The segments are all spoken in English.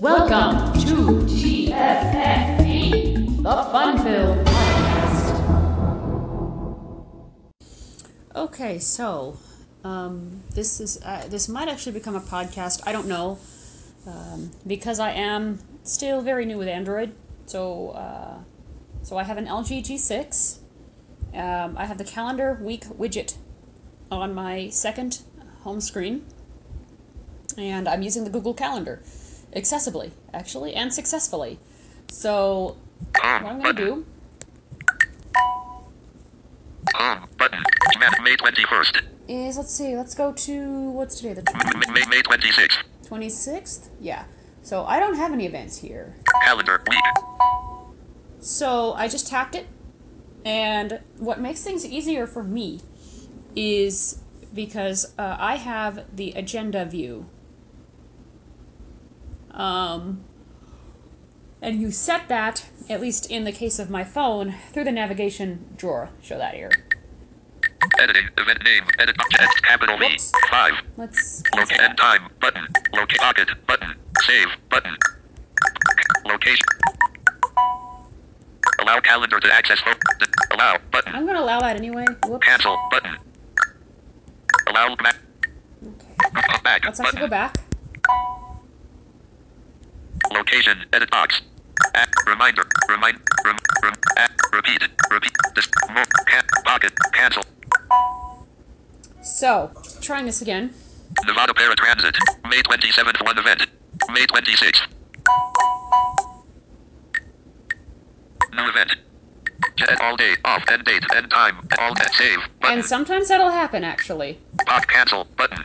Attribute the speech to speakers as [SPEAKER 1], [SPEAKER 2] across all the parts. [SPEAKER 1] Welcome to GFFB, E, the Fun Film Podcast. Okay, so um, this is uh, this might actually become a podcast. I don't know um, because I am still very new with Android. So uh, so I have an LG G6. Um, I have the calendar week widget on my second home screen and I'm using the Google Calendar accessibly, actually, and successfully. So,
[SPEAKER 2] Ah,
[SPEAKER 1] what I'm going to do,
[SPEAKER 2] On button. ah, Ma- May 21st.
[SPEAKER 1] is let's see, let's go to what's today, the
[SPEAKER 2] M- May, May 26th.
[SPEAKER 1] 26th? Yeah. So, I don't have any events here.
[SPEAKER 2] Calendar week.
[SPEAKER 1] So, I just tapped it. And what makes things easier for me is because uh, I have the agenda view. Um, and you set that, at least in the case of my phone, through the navigation drawer. Show that here.
[SPEAKER 2] Editing. Event name. Edit. Text. Capital V.
[SPEAKER 1] Whoops.
[SPEAKER 2] 5.
[SPEAKER 1] Let's cancel
[SPEAKER 2] Locate and
[SPEAKER 1] that.
[SPEAKER 2] time. Button. Locate pocket. Button. Save. Button. Location. Allow calendar to access phone. D- Allow. Button.
[SPEAKER 1] I'm gonna allow that anyway. Whoops.
[SPEAKER 2] Cancel. Button. Allow back.
[SPEAKER 1] Okay.
[SPEAKER 2] Back.
[SPEAKER 1] Let's actually go
[SPEAKER 2] Button.
[SPEAKER 1] back.
[SPEAKER 2] Location. Edit box. Act, reminder. Remind. Rem, rem, act, repeat. Repeat. This. Move. Can, pocket. Cancel.
[SPEAKER 1] So, trying this again.
[SPEAKER 2] Nevada Paratransit, May 27th, one event. May 26th. New event. Jet all day, off, end date, end time, all net save, button,
[SPEAKER 1] And sometimes that'll happen actually.
[SPEAKER 2] pop cancel, button.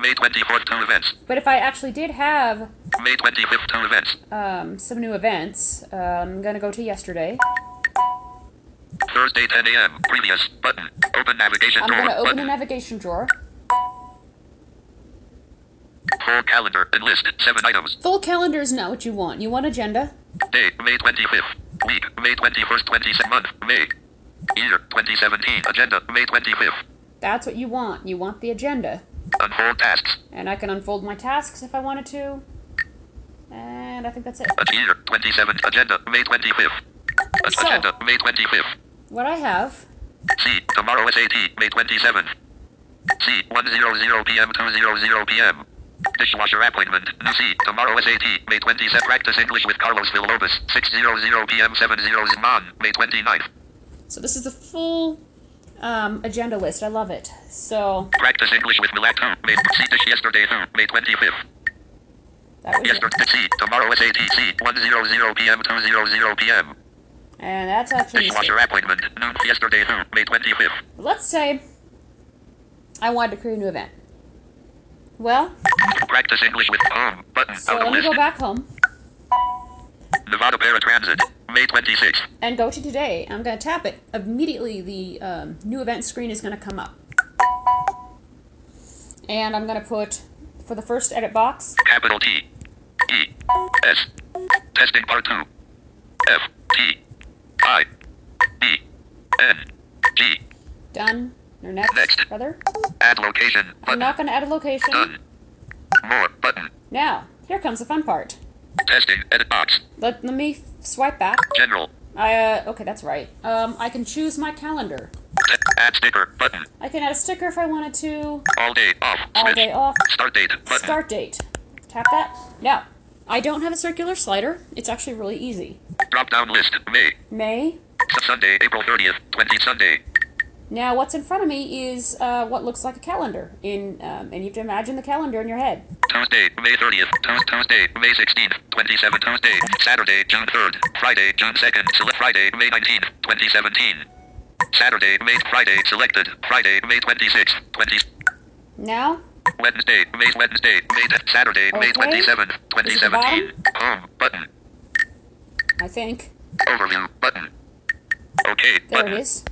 [SPEAKER 2] May 24th, two events.
[SPEAKER 1] But if I actually did have
[SPEAKER 2] May 25th, two events.
[SPEAKER 1] um, some new events, uh, I'm gonna go to yesterday.
[SPEAKER 2] Thursday, 10 a.m., previous, button, open navigation
[SPEAKER 1] I'm
[SPEAKER 2] door,
[SPEAKER 1] gonna open the
[SPEAKER 2] button,
[SPEAKER 1] navigation drawer.
[SPEAKER 2] full calendar, and list, seven items.
[SPEAKER 1] Full calendar is not what you want. You want agenda.
[SPEAKER 2] Day, May 25th. Week, May 21st, 27th, month, May. Year, 2017. Agenda, May 25th.
[SPEAKER 1] That's what you want. You want the agenda.
[SPEAKER 2] Unfold tasks.
[SPEAKER 1] And I can unfold my tasks if I wanted to. And I think that's it.
[SPEAKER 2] Ag- Year, 27th. Agenda, May 25th. Ag-
[SPEAKER 1] So-
[SPEAKER 2] Agenda, May 25th.
[SPEAKER 1] What I have
[SPEAKER 2] C, tomorrow SAT, May 27th. C, 100 p.m. 200 p.m. Dishwasher appointment. New C, tomorrow SAT, May 27th. Practice English with Carlos Villalobos, 600 p.m. 700 on May 29th.
[SPEAKER 1] So this is the full um, agenda list. I love it. So
[SPEAKER 2] Practice English with Milak 2, May, C, dish yesterday 2, May 25th.
[SPEAKER 1] that was it.
[SPEAKER 2] Yesterday, C, tomorrow is ATC, 100 p.m. 200 p.m.
[SPEAKER 1] And that's actually
[SPEAKER 2] Dishwasher appointment, noon yesterday through May 25th.
[SPEAKER 1] let's say I wanted to create a new event. Well,
[SPEAKER 2] Practice English with home button
[SPEAKER 1] so
[SPEAKER 2] out
[SPEAKER 1] let
[SPEAKER 2] of
[SPEAKER 1] me
[SPEAKER 2] list.
[SPEAKER 1] go back home
[SPEAKER 2] Nevada Paratransit, May 26th.
[SPEAKER 1] and go to today. I'm going to tap it. Immediately, the um, new event screen is going to come up. And I'm going to put for the first edit box,
[SPEAKER 2] Capital T, E, S. Testing part 2. F, T, I, E, N, G.
[SPEAKER 1] done, or next,
[SPEAKER 2] Next.
[SPEAKER 1] rather.
[SPEAKER 2] Add location
[SPEAKER 1] I'm
[SPEAKER 2] button.
[SPEAKER 1] not going to add a location.
[SPEAKER 2] Done. More button.
[SPEAKER 1] Now, here comes the fun part.
[SPEAKER 2] Testing edit box.
[SPEAKER 1] Let, let me swipe back.
[SPEAKER 2] General.
[SPEAKER 1] I, uh, okay, that's right. Um, I can choose my calendar.
[SPEAKER 2] Te- Add sticker button.
[SPEAKER 1] I can add a sticker if I wanted to.
[SPEAKER 2] All day off.
[SPEAKER 1] All
[SPEAKER 2] Smith.
[SPEAKER 1] day off.
[SPEAKER 2] Start date button.
[SPEAKER 1] Start date. Tap that. Now, I don't have a circular slider. It's actually really easy.
[SPEAKER 2] Drop down list May.
[SPEAKER 1] May.
[SPEAKER 2] S- Sunday, April 30th, 20 Sunday.
[SPEAKER 1] Now, what's in front of me is uh, what looks like a calendar. In um, and you have to imagine the calendar in your head.
[SPEAKER 2] Tuesday, May 30th. Tues- Tuesday, May 16th, 27 Tuesday. Saturday, June 3rd. Friday, June 2nd. Select Friday, May 19th, 2017. Saturday, May Friday selected. Friday, May 26th, 20.
[SPEAKER 1] Now,
[SPEAKER 2] Wednesday, May Wednesday, May t- Saturday, May
[SPEAKER 1] Okay.
[SPEAKER 2] 27th,
[SPEAKER 1] Is it the
[SPEAKER 2] 2017. Home button.
[SPEAKER 1] I think
[SPEAKER 2] Overview button. Okay
[SPEAKER 1] there
[SPEAKER 2] button.
[SPEAKER 1] it is.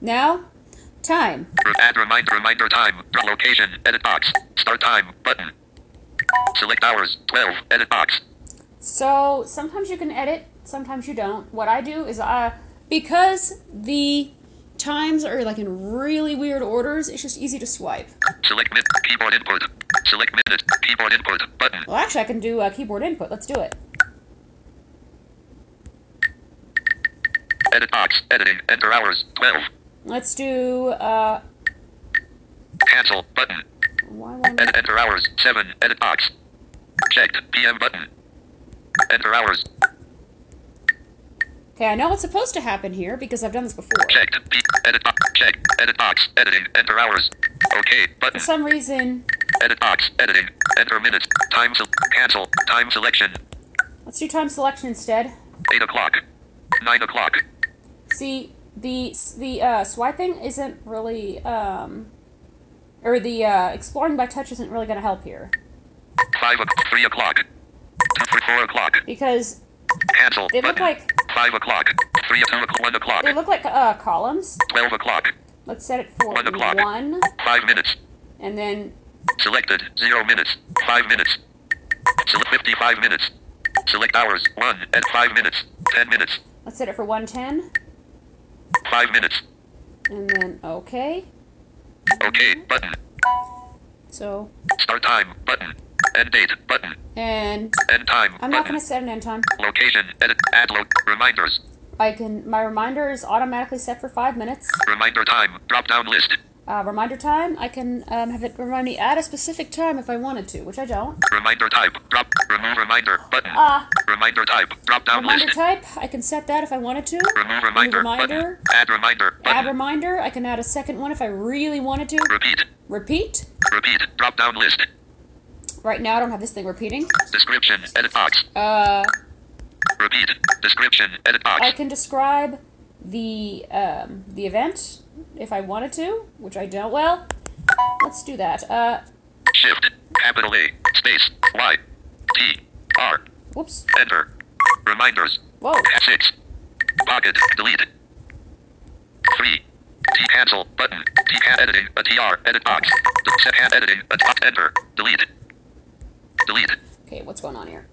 [SPEAKER 1] Now, time.
[SPEAKER 2] Re- Add reminder reminder time. Dr- Location edit box. Start time button. Select hours 12 edit box.
[SPEAKER 1] So sometimes you can edit, sometimes you don't. What I do is I because the times are like in really weird orders, it's just easy to swipe.
[SPEAKER 2] Select mid keyboard input. Select minute. Keyboard input. Button.
[SPEAKER 1] Well, actually, I can do uh, keyboard input. Let's do it.
[SPEAKER 2] Edit box. Editing. Enter hours. 12.
[SPEAKER 1] Let's do. Uh,
[SPEAKER 2] Cancel. Button.
[SPEAKER 1] why won't
[SPEAKER 2] Edit. Enter hours. 7. Edit box. Checked. PM button. Enter hours.
[SPEAKER 1] Okay, I know what's supposed to happen here because I've done this before.
[SPEAKER 2] Checked. P- edit box. Check. Edit box. Editing. Enter hours. Okay.
[SPEAKER 1] For
[SPEAKER 2] Button.
[SPEAKER 1] some reason,
[SPEAKER 2] Edit box. Editing. Enter minutes. Time. Sel- cancel. Time selection.
[SPEAKER 1] let's do time selection instead.
[SPEAKER 2] 8 o'clock. 9 o'clock.
[SPEAKER 1] See, the the uh, swiping isn't really, um, or the uh, exploring by touch isn't really going to help here
[SPEAKER 2] 5 o'clock. 3 o'clock. 4 o'clock.
[SPEAKER 1] because
[SPEAKER 2] Cancel.
[SPEAKER 1] They look
[SPEAKER 2] button.
[SPEAKER 1] like-
[SPEAKER 2] 5 o'clock. 3 o'clock. 1 o'clock.
[SPEAKER 1] they look like uh, columns.
[SPEAKER 2] 12 o'clock.
[SPEAKER 1] Let's set it for
[SPEAKER 2] One o'clock.
[SPEAKER 1] one,
[SPEAKER 2] 5 minutes.
[SPEAKER 1] and then
[SPEAKER 2] Selected. 0 minutes. 5 minutes. Select 55 minutes. Select hours. 1 and 5 minutes. 10 minutes.
[SPEAKER 1] let's set it for one ten,
[SPEAKER 2] 5 minutes.
[SPEAKER 1] and then okay.
[SPEAKER 2] Okay. Button.
[SPEAKER 1] So
[SPEAKER 2] Start time. Button. End date. Button.
[SPEAKER 1] and
[SPEAKER 2] End time.
[SPEAKER 1] I'm not
[SPEAKER 2] button.
[SPEAKER 1] going to set an end time.
[SPEAKER 2] Location. Edit. Add lo- reminders.
[SPEAKER 1] I can my reminder is automatically set for five minutes.
[SPEAKER 2] Reminder time. Drop down list.
[SPEAKER 1] Uh, reminder time. I can um, have it remind me at a specific time if I wanted to, which I don't.
[SPEAKER 2] Reminder type. Drop. Remove reminder. Button.
[SPEAKER 1] Ah.
[SPEAKER 2] Reminder type. Drop down
[SPEAKER 1] Reminder
[SPEAKER 2] list.
[SPEAKER 1] type. I can set that if I wanted to.
[SPEAKER 2] Remove reminder.
[SPEAKER 1] reminder.
[SPEAKER 2] Button. Add reminder.
[SPEAKER 1] Add
[SPEAKER 2] Button.
[SPEAKER 1] reminder. I can add a second one if I really wanted to.
[SPEAKER 2] Repeat.
[SPEAKER 1] Repeat.
[SPEAKER 2] Repeat. Drop down list.
[SPEAKER 1] Right now I don't have this thing repeating.
[SPEAKER 2] Description. Edit box.
[SPEAKER 1] Uh,
[SPEAKER 2] Repeat. Description. Edit box.
[SPEAKER 1] I can describe the um, the event if I wanted to, which I don't. Well, let's do that. Uh,
[SPEAKER 2] Shift. Capital A. Space. Y. T. R.
[SPEAKER 1] whoops.
[SPEAKER 2] Enter. Reminders.
[SPEAKER 1] Whoa.
[SPEAKER 2] Six. Pocket. Delete. Three. T cancel button. T can editing. A TR edit box. D- Set hand editing. A top enter. Delete. Delete.
[SPEAKER 1] Okay, what's going on here?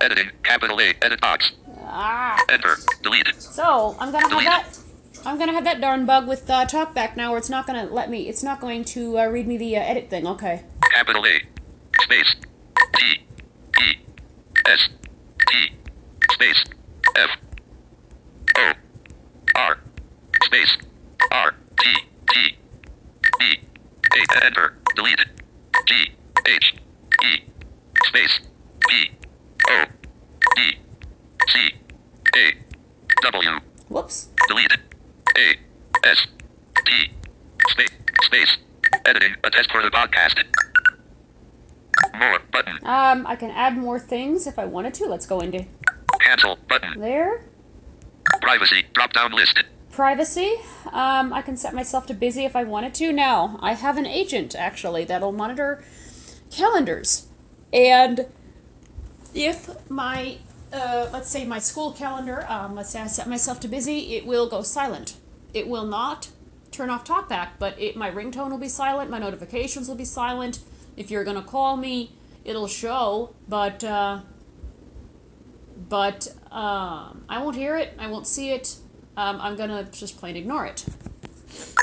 [SPEAKER 2] Editing. Capital A. Edit box.
[SPEAKER 1] Ah.
[SPEAKER 2] Enter. Delete.
[SPEAKER 1] So I'm gonna have
[SPEAKER 2] Delete.
[SPEAKER 1] that. I'm gonna have that darn bug with uh, TalkBack now, where it's not gonna let me. It's not going to uh, read me the uh, edit thing. Okay.
[SPEAKER 2] Capital A. Space. T. E. S. T. Space. F. O. R. Space. R. T. T. E. A. Enter. Delete. G. H. E. Space. P. O. D. C. A. W.
[SPEAKER 1] Whoops.
[SPEAKER 2] Delete. A. S. T. Space. Space. Editing. A test for the podcast. More. Button.
[SPEAKER 1] Um, I can add more things if I wanted to. Let's go into
[SPEAKER 2] Cancel. Button.
[SPEAKER 1] there.
[SPEAKER 2] Privacy. Drop down list.
[SPEAKER 1] Privacy. Um, I can set myself to busy if I wanted to. Now I have an agent actually that'll monitor calendars, and if my uh, let's say my school calendar, um, let's say I set myself to busy, it will go silent. It will not turn off TalkBack, but it my ringtone will be silent. My notifications will be silent. If you're gonna call me, it'll show, but uh, but um, I won't hear it. I won't see it. Um, I'm gonna just plain ignore it.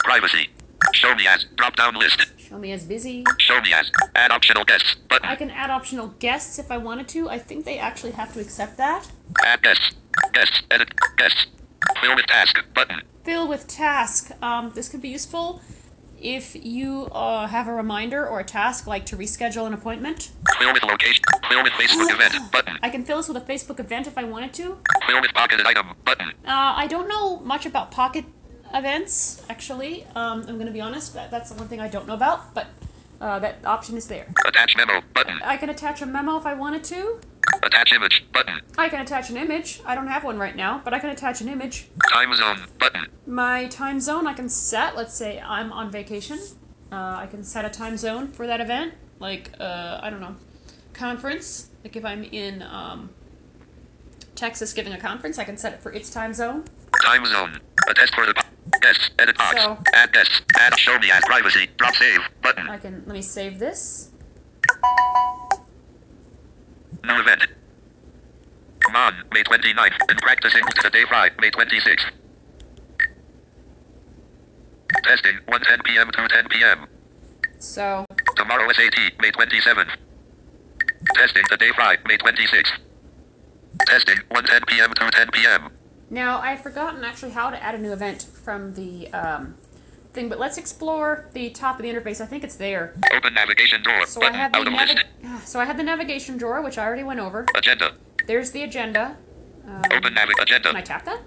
[SPEAKER 2] Privacy. Show me as. Drop down list.
[SPEAKER 1] Show me as busy.
[SPEAKER 2] Show me as. Add optional guests.
[SPEAKER 1] I
[SPEAKER 2] Button.
[SPEAKER 1] can add optional guests if I wanted to. I think they actually have to accept that.
[SPEAKER 2] Add guests. Guests. Edit. Guests. Fill with task. Button.
[SPEAKER 1] fill with task. Um, this could be useful if you uh, have a reminder or a task like to reschedule an appointment.
[SPEAKER 2] Fill with location. Fill with Facebook event. Button.
[SPEAKER 1] I can fill this with a Facebook event if I wanted to.
[SPEAKER 2] Fill with pocketed item. Button.
[SPEAKER 1] Uh, I don't know much about pocket events, actually. Um, I'm going to be honest, that, that's the one thing I don't know about, but uh, that option is there.
[SPEAKER 2] Attach memo. Button.
[SPEAKER 1] I can attach a memo if I wanted to.
[SPEAKER 2] Attach image. Button.
[SPEAKER 1] I can attach an image. I don't have one right now, but I can attach an image.
[SPEAKER 2] Time zone. Button.
[SPEAKER 1] my time zone I can set. Let's say I'm on vacation. Uh, I can set a time zone for that event, like uh, I don't know, conference. Like if I'm in um, Texas giving a conference, I can set it for its time zone.
[SPEAKER 2] Time zone. A test for the po- guests. Edit box.
[SPEAKER 1] So-
[SPEAKER 2] Add guests. Add show me as privacy. Drop save button.
[SPEAKER 1] I can let me save this.
[SPEAKER 2] New event. Mon, May 29th. And practicing today, Friday, May 26th. Testing 1:10 p.m. to 10 p.m.
[SPEAKER 1] So,
[SPEAKER 2] Tomorrow is 18, May 27th. Testing the day Friday, May 26th. Testing 1:10 p.m. to 10 p.m.
[SPEAKER 1] now I've forgotten actually how to add a new event from the um, thing, but let's explore the top of the interface. I think it's there.
[SPEAKER 2] Open navigation door.
[SPEAKER 1] So I
[SPEAKER 2] button
[SPEAKER 1] have the
[SPEAKER 2] out of list.
[SPEAKER 1] navi- ah, so I have the navigation drawer, which I already went over.
[SPEAKER 2] Agenda.
[SPEAKER 1] There's the agenda. Um,
[SPEAKER 2] Open navi agenda.
[SPEAKER 1] can I tap that?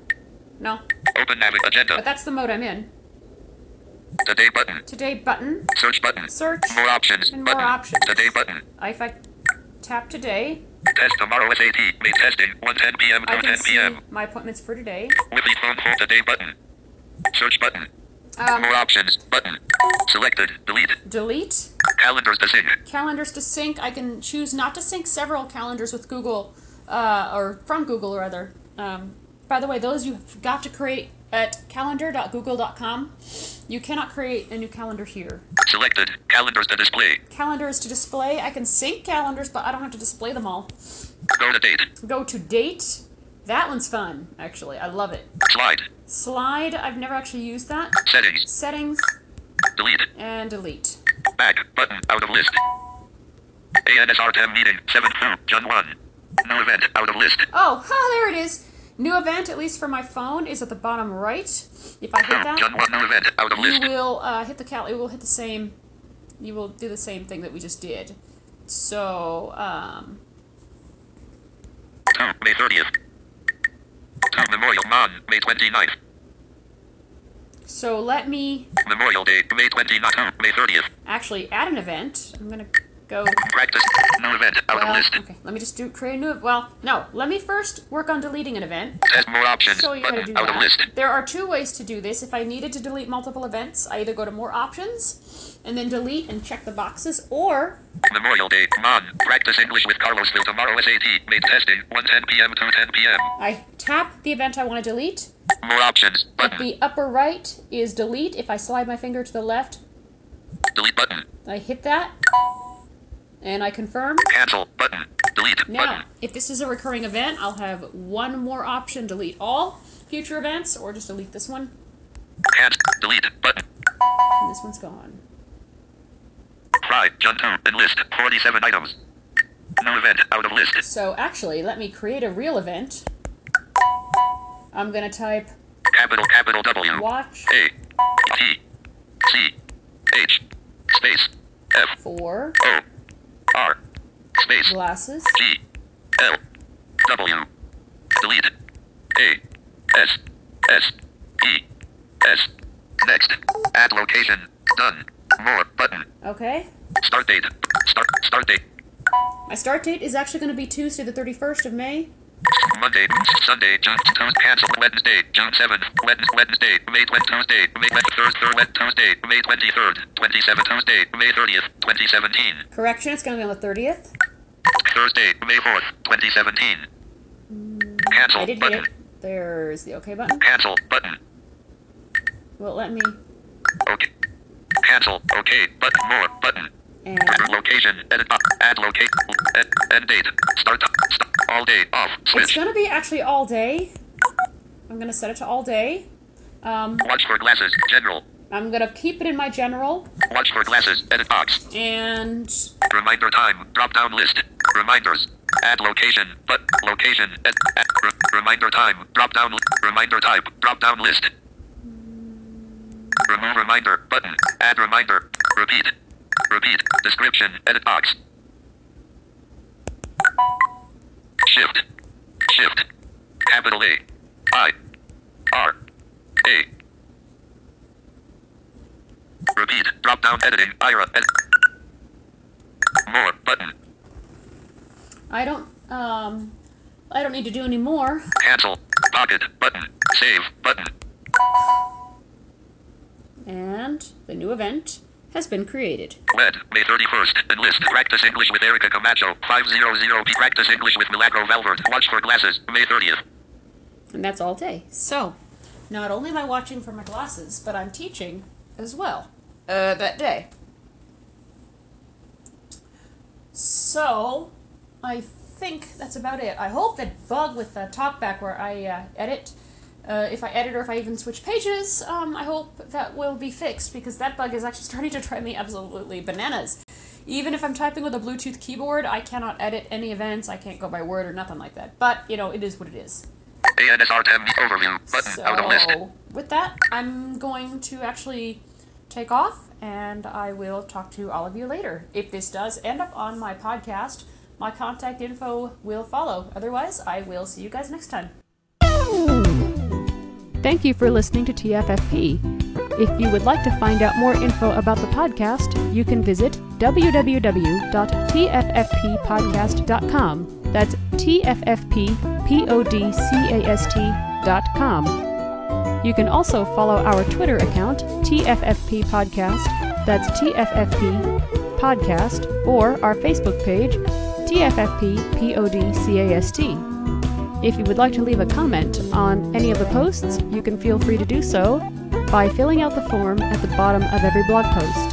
[SPEAKER 1] No,
[SPEAKER 2] Open navi
[SPEAKER 1] but
[SPEAKER 2] agenda.
[SPEAKER 1] that's the mode I'm in.
[SPEAKER 2] Today button.
[SPEAKER 1] Today button,
[SPEAKER 2] Search button.
[SPEAKER 1] search.
[SPEAKER 2] More options.
[SPEAKER 1] And more
[SPEAKER 2] button.
[SPEAKER 1] options.
[SPEAKER 2] Today button.
[SPEAKER 1] If I tap today,
[SPEAKER 2] Test tomorrow is 18, May testing 1:10 p.m.
[SPEAKER 1] I
[SPEAKER 2] to
[SPEAKER 1] can
[SPEAKER 2] 10
[SPEAKER 1] see
[SPEAKER 2] p.m.
[SPEAKER 1] my appointments for today.
[SPEAKER 2] With the phone call today button. Search button.
[SPEAKER 1] Um,
[SPEAKER 2] More options. Button. Selected. Delete.
[SPEAKER 1] delete
[SPEAKER 2] Calendars to sync.
[SPEAKER 1] calendars to sync. I can choose not to sync several calendars with Google, uh, or from Google rather. Um, by the way, those you've got to create at calendar.google.com. You cannot create a new calendar here.
[SPEAKER 2] Selected. Calendars to display.
[SPEAKER 1] Calendars to display. I can sync calendars, but I don't have to display them all.
[SPEAKER 2] Go to date.
[SPEAKER 1] Go to date. That one's fun, actually. I love it.
[SPEAKER 2] Slide.
[SPEAKER 1] Slide. I've never actually used that.
[SPEAKER 2] Settings.
[SPEAKER 1] Settings
[SPEAKER 2] Delete.
[SPEAKER 1] and delete.
[SPEAKER 2] Back. Button. Out of list. ANSR 10 meeting. 7 through. John 1. No event. Out of list.
[SPEAKER 1] Oh, ha, there it is. New event, at least for my phone, is at the bottom right. If I hit
[SPEAKER 2] Through.
[SPEAKER 1] that,
[SPEAKER 2] John 1. No event. Out of
[SPEAKER 1] you
[SPEAKER 2] list.
[SPEAKER 1] will uh, hit the cal. It will hit the same. You will do the same thing that we just did. So um,
[SPEAKER 2] 2. May 30th. 2. Memorial Mon. May 29th.
[SPEAKER 1] so let me
[SPEAKER 2] Memorial Day. May 29th. 2. May 30th.
[SPEAKER 1] actually add an event. I'm gonna go.
[SPEAKER 2] Practice. No event. Out of
[SPEAKER 1] Well,
[SPEAKER 2] list.
[SPEAKER 1] okay, let me just do create a new. Well, no, let me first work on deleting an event.
[SPEAKER 2] Test more options.
[SPEAKER 1] Show you how to do
[SPEAKER 2] Button. Out of list.
[SPEAKER 1] that. There are two ways to do this. If I needed to delete multiple events, I either go to more options and then delete and check the boxes, or
[SPEAKER 2] Memorial Day. Mon. Practice English with Carlos Will tomorrow is 18. May testing. 1:10 p.m. to 10 p.m.
[SPEAKER 1] I tap the event I want to delete.
[SPEAKER 2] More options.
[SPEAKER 1] At
[SPEAKER 2] Button.
[SPEAKER 1] the upper right is delete. If I slide my finger to the left,
[SPEAKER 2] Delete button.
[SPEAKER 1] I hit that and I confirm.
[SPEAKER 2] Cancel button. Delete
[SPEAKER 1] Now,
[SPEAKER 2] button.
[SPEAKER 1] if this is a recurring event, I'll have one more option delete all future events or just delete this one.
[SPEAKER 2] Cancel. Delete button.
[SPEAKER 1] And this one's gone.
[SPEAKER 2] Try. John 2. Enlist. 47 items. No event. Out of list.
[SPEAKER 1] So actually, let me create a real event. I'm going to type
[SPEAKER 2] Capital capital W.
[SPEAKER 1] watch
[SPEAKER 2] A. T. C. H. Space. F.
[SPEAKER 1] for
[SPEAKER 2] O. R. Space.
[SPEAKER 1] glasses
[SPEAKER 2] G. L. W. Delete. A. S. S. E. S. Next. Add location. Done. More button.
[SPEAKER 1] Okay.
[SPEAKER 2] Start date. Start. Start date.
[SPEAKER 1] My start date is actually going to be Tuesday, the 31st of May.
[SPEAKER 2] Monday, Sunday, June, Tuesday, cancel, Wednesday, June 7th, Wednesday, Wednesday, May 20, Tuesday, May 23rd, Thursday, Tuesday, May 23rd, 27th, Tuesday, May 30th, 2017,
[SPEAKER 1] Correction, it's going to be on the 30th.
[SPEAKER 2] Thursday, May 4th, 2017.
[SPEAKER 1] I
[SPEAKER 2] Cancel
[SPEAKER 1] did hit
[SPEAKER 2] button,
[SPEAKER 1] it. There's the OK button.
[SPEAKER 2] cancel button,
[SPEAKER 1] Well, let me
[SPEAKER 2] okay, cancel, okay, button, more button,
[SPEAKER 1] and
[SPEAKER 2] location, edit, uh, add locate, ed, end date, start, stop, all day, off,
[SPEAKER 1] It's
[SPEAKER 2] switch,
[SPEAKER 1] gonna be actually all day. I'm gonna set it to all day. Um,
[SPEAKER 2] watch for glasses, general,
[SPEAKER 1] I'm gonna keep it in my general
[SPEAKER 2] watch for glasses, edit box,
[SPEAKER 1] and
[SPEAKER 2] Reminder time. Drop down list. Reminders. Add location. But location. Add, add, re- reminder time. Drop down. Li- reminder type. Drop down list. Remove reminder button. Add reminder. Repeat. Repeat. Description. Edit box. Shift. Shift. Capital A. I. R. A. Repeat. Drop down editing. Ira. Edit. More button.
[SPEAKER 1] I don't um, I don't need to do any more.
[SPEAKER 2] Cancel. Pocket button. Save button.
[SPEAKER 1] And the new event has been created.
[SPEAKER 2] Wed, May 31st. Enlist. Practice English with Erica Camacho. 500p. Practice English with Milagro Velvert. Watch for glasses. May 30th.
[SPEAKER 1] And that's all day. So, not only am I watching for my glasses, but I'm teaching as well uh, that day. So, I think that's about it. I hope that bug with the top back where I uh, edit uh, if I edit or if I even switch pages, um, I hope that will be fixed because that bug is actually starting to drive me absolutely bananas. Even if I'm typing with a Bluetooth keyboard, I cannot edit any events. I can't go by word or nothing like that. But you know, it is what it is.
[SPEAKER 2] ANSR tab overview button out of list.
[SPEAKER 1] So with that, I'm going to actually take off, and I will talk to all of you later. If this does end up on my podcast, my contact info will follow. Otherwise, I will see you guys next time. Thank you for listening to TFFP. If you would like to find out more info about the podcast, you can visit www.tffppodcast.com. That's tffppodcast.com. You can also follow our Twitter account, TFFP Podcast, that's TFFP Podcast, or our Facebook page, TFFP PODCAST. If you would like to leave a comment on any of the posts, you can feel free to do so by filling out the form at the bottom of every blog post.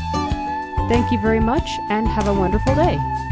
[SPEAKER 1] Thank you very much and have a wonderful day.